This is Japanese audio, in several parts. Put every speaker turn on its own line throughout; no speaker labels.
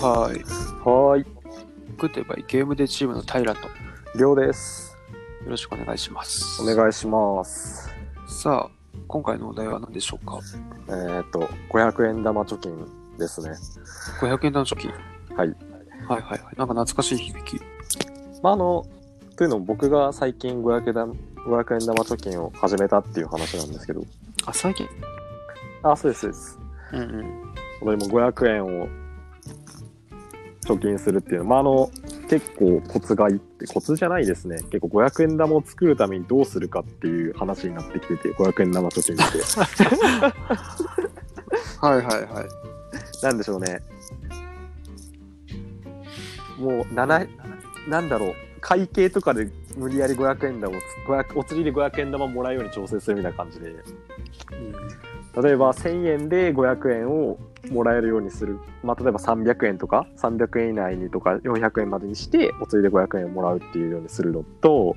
はーい。
はーい、
グッドバイゲームでチームの平とよ
りょうです。
ろしくお願いします。
お願いします。
さあ、今回のお題は何でしょうか
えっ、と、500円玉貯金ですね。
?500 円玉貯金。
はい
はいはいはい。なんか懐かしい響き。
まあ、あの、というのも僕が最近500円玉500円玉貯金を始めたっていう話なんですけど。
あ、最近
あ、そうです、そうです。
うんうん。
これも500円を貯金するっていうのまあ、あの、結構コツがいって、コツじゃないですね。結構500円玉を作るためにどうするかっていう話になってきてて、500円玉貯金って。
はいはいはい。
なんでしょうね。もう、7、なんだろう、会計とかで無理やり500円玉をつ、500お釣りで500円玉もらうように調整するみたいな感じで、例えば1000円で500円をもらえるようにする。まあ、例えば300円とか、300円以内にとか、400円までにして、お釣りで500円をもらうっていうようにするのと、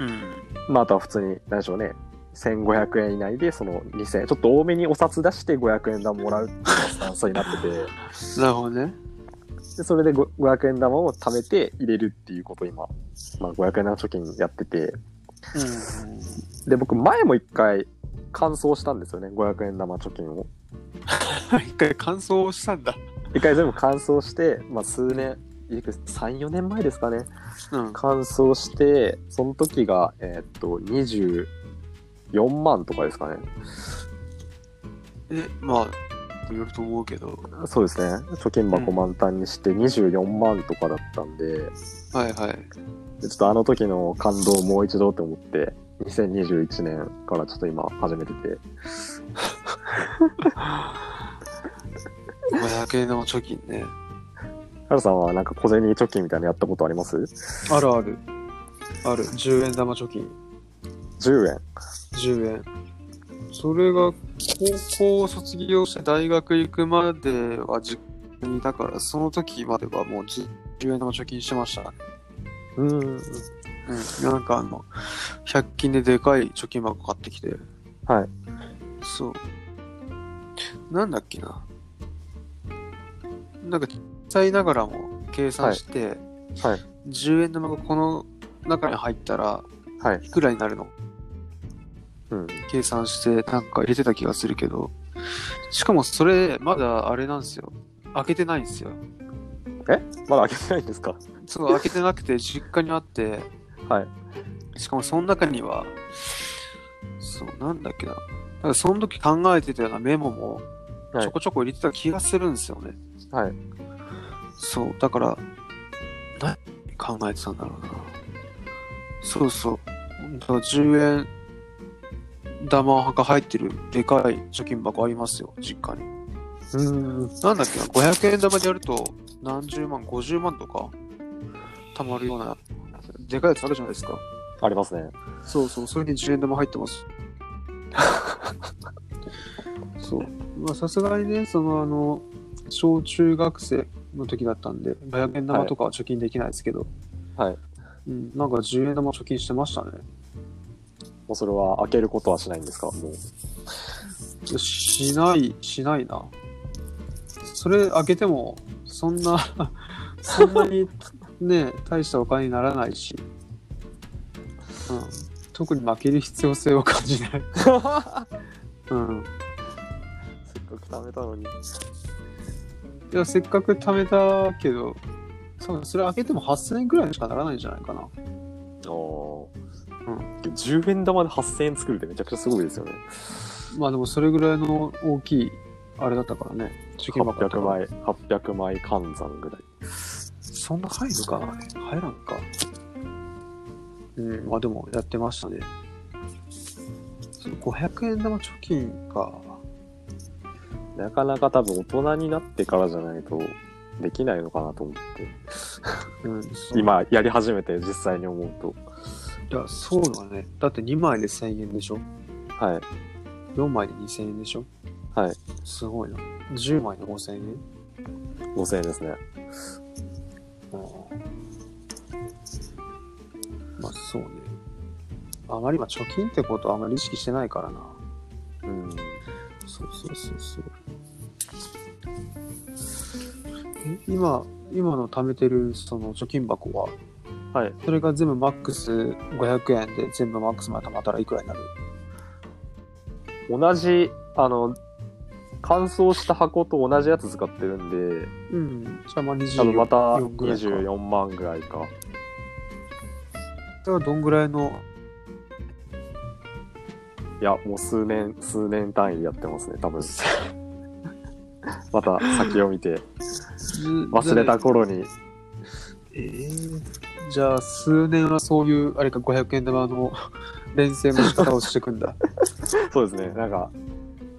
うん。
まあ、あとは普通に、何でしょうね。1500円以内でその2000円ちょっと多めにお札出して500円玉もらうっていうスタンスになってて
なるほどね。
で、それでご500円玉を貯めて入れるっていうことを今、まあ、500円玉貯金やってて、
う
で、僕、前も一回、完走したんですよね、500円玉貯金を。
ん。一回感想をしたんだ。
一回全部完走して、まあ、数年、いく3、4年前ですかね、
うん。
完走して、その時が、えーっと、24万とかですかね。
え、まあ、よると思うけど。
そうですね、貯金箱満タンにして24万とかだったんで、
はいはい。
でちょっとあの時の感動をもう一度と思って、2021年からちょっと今始めてて、
500円玉貯金ね。
ハルさんはなんか小銭貯金みたいなのやったことあります
あるある。ある。10円玉貯金。
?10 円。
10円それが高校を卒業して大学行くまでは実家にいたからその時まではもう10円玉貯金してましたね
うん。
うんなんかあの100均ででかい貯金箱買ってきて
はい
そうなんだっけななんか小さいながらも計算して、
はいはい
10円玉がこの中に入ったら
はい。
いくらになるの
うん。
計算してなんか入れてた気がするけどしかもそれまだあれなんですよ開けてないんですよ
まだ開けてないんですか
そう開けてなくて実家にあって
はい。
しかもその中にはそうなんだっけななんかその時考えてたようなメモも
はい
ちょこちょこ入れてた気がするんですよね、
はい。
そうだから何考えてたんだろうなそうそうだから10円玉が入ってるでかい貯金箱ありますよ実家に
うん。
なんだっけな、500円玉でやると何十万、50万とか貯まるような、でかいやつあるじゃないですか。
ありますね。
そうそう、それに10円玉入ってます。 そう。まあ、さすがにね、その、あの、小中学生の時だったんで、500円玉とかは貯金できないですけど、
はい。
うん、なんか10円玉貯金してましたね。
もうそれは開けることはしないんですかもう。
しない、しないな。それ開けても、そんな、 そんなにね、大したお金にならないし、うん、特に負ける必要性を感じない。
せっか
うん、
く貯めたのに。
いや、せっかく貯めたけど、そうそれ開けても8000円くらいにしかならないんじゃないかな。
おうん。10円玉で8000円作るってめちゃくちゃすごいですよね。
まあでもそれぐらいの大きい、あれだったからね。貯金箱だった
800
から
枚、800枚換算ぐらい。
そんな入るか入らんか。うん、まあでもやってましたね。そう500円玉貯金か。
なかなか多分大人になってからじゃないとできないのかなと思って。
うん、
今やり始めて実際に思うと。
いや、そうだね。だって2枚で1000円でしょ
はい。
?4 枚で2000円でしょ
はい。
すごいな。10枚で5000円
5000円ですね。
まあそうね。あまり今貯金ってことはあまり意識してないからな。
うん。
そうそうそうそう。今、今の貯めてるその貯金箱は、
はい。
それが全部マックス500円で全部マックスまで貯まったらいくらになる
同じ、あの、乾燥した箱と同じやつ使ってるんで、
うん。じゃあまあ
多分
24
また
ぐらいか。
24万ぐらいか。
それはどんぐらいの、
いや、もう数年、数年単位でやってますね、多分。また先を見て、忘れた頃に。
えーじゃあ数年はそういうあれか500円玉の連戦の仕方をしていくん だ
そうですね、なんか、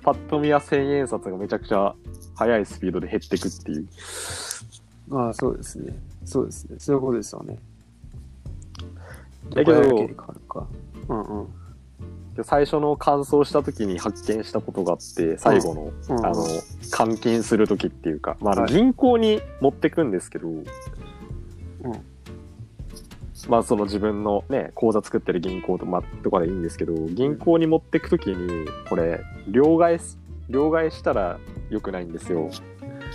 パッと見は千円札がめちゃくちゃ速いスピードで減ってくっていう。
まあそうですねそうですねそういうことですよね
だけど
500円に変わるかうんうん
最初の乾燥した時に発見したことがあって、最後の、
うん
あの、換金する時っていうか、まああの、
はい
銀行に持ってくんですけど、まあその自分のね、口座作ってる銀行と,、まあ、とかでいいんですけど、銀行に持ってく時に、これ、両替す、両替したら良くないんですよ。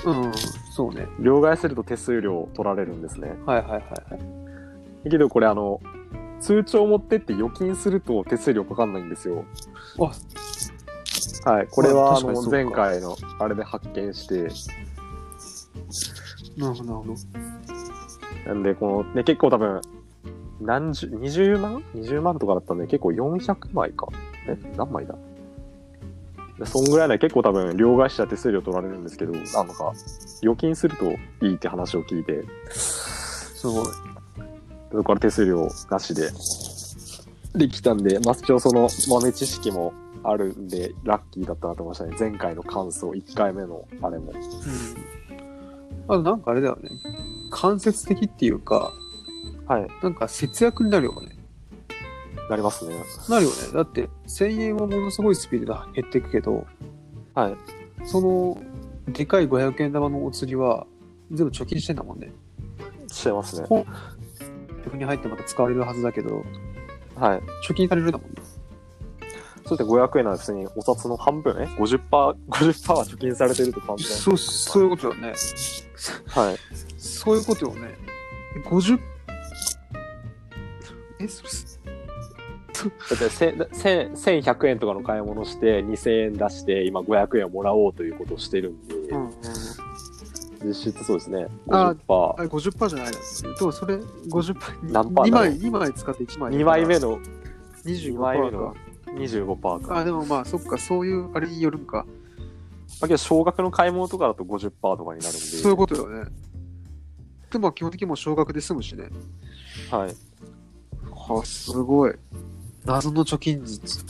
うんうんそうね
両替すると手数料取られるんですね。
はいはいはいはい
だけどこれあの通帳持ってって預金すると手数料かかんないんですよ。はい、これ
まあ
はあ
確かに
の
そうか
前回のあれで発見して、
なるほどなるほど
なんでこの、ね、結構多分、何十、20万 ?20 万とかだったんで結構400枚か。え、何枚だそんぐらいね、結構多分、両替したら手数料取られるんですけど、なんか、預金するといいって話を聞いて、
すごい
そこから手数料なしでできたんで、まあ、一応その豆知識もあるんで、ラッキーだったなと思いましたね。前回の感想、1回目のあれも。
あとなんかあれだよね間接的っていうか
はい、
なんか節約になるよね
なりますね。
なるよねだって1000円はものすごいスピードで減っていくけど
はい。
そのでかい500円玉のお釣りは全部貯金してんだもんね。
してますね。
ほ逆に入ってまた使われるはずだけど、
はい。
貯金されるだもんね。
そして500円なんですね。お札の半分ね。50%、50%は貯金されてると簡単。
そう、そういうことよね。
はい。
そういうことよね。50? え、それ、
だってせんせん1100円とかの買い物して、2000円出して、今500円をもらおうということをしてるんで、
うん、うん。
実質そうですね。
あ
50%
あ。れ50%じゃないです。でもそれ50%、
何パー
2
だろう
枚、2枚使って1枚。
2枚目の
25%
二枚目
か
の。25%か。
あ、でもまあ、そっか、そういう、あれによるんか。
だけど、少額の買い物とかだと50%とかになるんで。
そういうことよね。でも基本的にもう少額で済むしね。
はい。
はあ、すごい。謎の貯金術。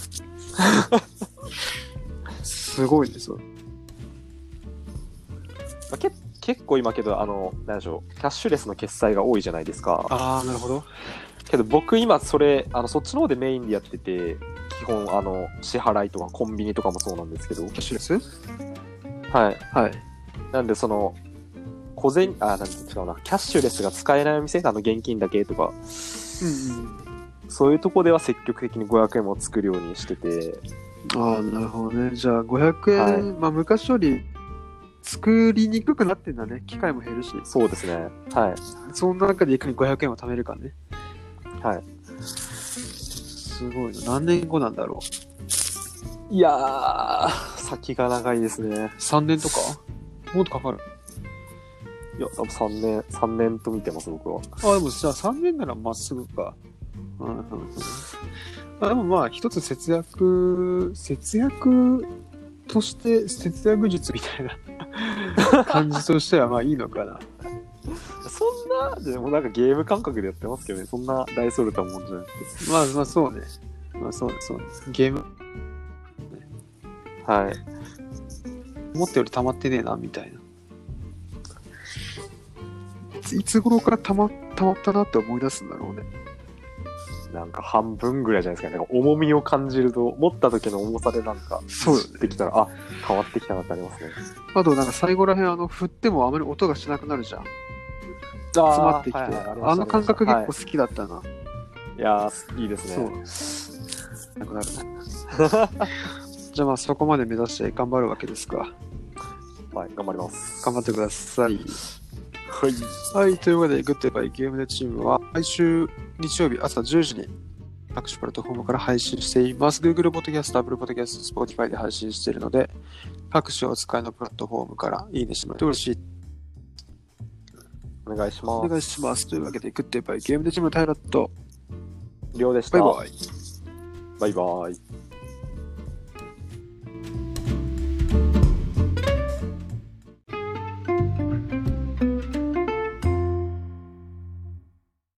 すごいですよ。
まあ、け結構今けど、あの、なんでしょう、キャッシュレスの決済が多いじゃないですか。
ああ、なるほど。
けど、僕今それ、あの、そっちの方でメインでやってて、基本、あの、支払いとかコンビニとかもそうなんですけど、
キャッシュレス
はい。
はい。
なんで、その、小銭、あ、なんて違うな、キャッシュレスが使えないお店、あの、現金だけと
う
か、
ん
そういうとこでは積極的に500円を作るようにしてて、
うん。ああ、なるほどね。じゃあ、500円、
はい
まあ、昔より作りにくくなってんだね。機会も減るし。
そうですね。はい。
そんな中でいかに500円を貯めるかね。
はい。
すごいな。何年後なんだろう。
いやー、先が長いですね。
3年とかもっとかかる。
いや、多分3年、三年と見てます、僕は。
あ、でもじゃあ3年ならまっすぐか。うんうんうん。あでもまあ一つ節約、節約として節約術みたいな 感じとしてはまあいいのかな。
そんな、でもなんかゲーム感覚でやってますけどね、そんな大それたもんじゃなくて。
まあまあそうね。まあそうね、そうね。ゲーム
はい。
思ったより溜まってねえなみたいな。いついつ頃から溜ま溜まったなって思い出すんだろうね。
なんか半分ぐらいじゃないですかね。なんか重みを感じると、持った時の重さでなんか、
そうよね
できたら、あ、変わってきたなってありますね。
あとなんか最後らへんあの振ってもあまり音がしなくなるじゃん。
詰
詰まってきて。あの感覚結構好
構。
きだったな。
いやー、いいですね。
そう。なくなるね。 じゃあまあそこまで目指して頑張るわけですか。
はい、頑張ります。
頑張ってください。
はい。
はい、というわけで、グッドバイゲームでチームは、毎週日曜日朝10時に各種プラットフォームから配信しています。Google Podcast、Apple Podcast、Spotify で配信しているので、各種お使いのプラットフォームからいいねしてもらえて嬉しい。
お願いし
お
ま
願いします。というわけで、グッドバイゲームでチーム、タイラット。
す。りょうでした。
バイバイ。
バイバイ。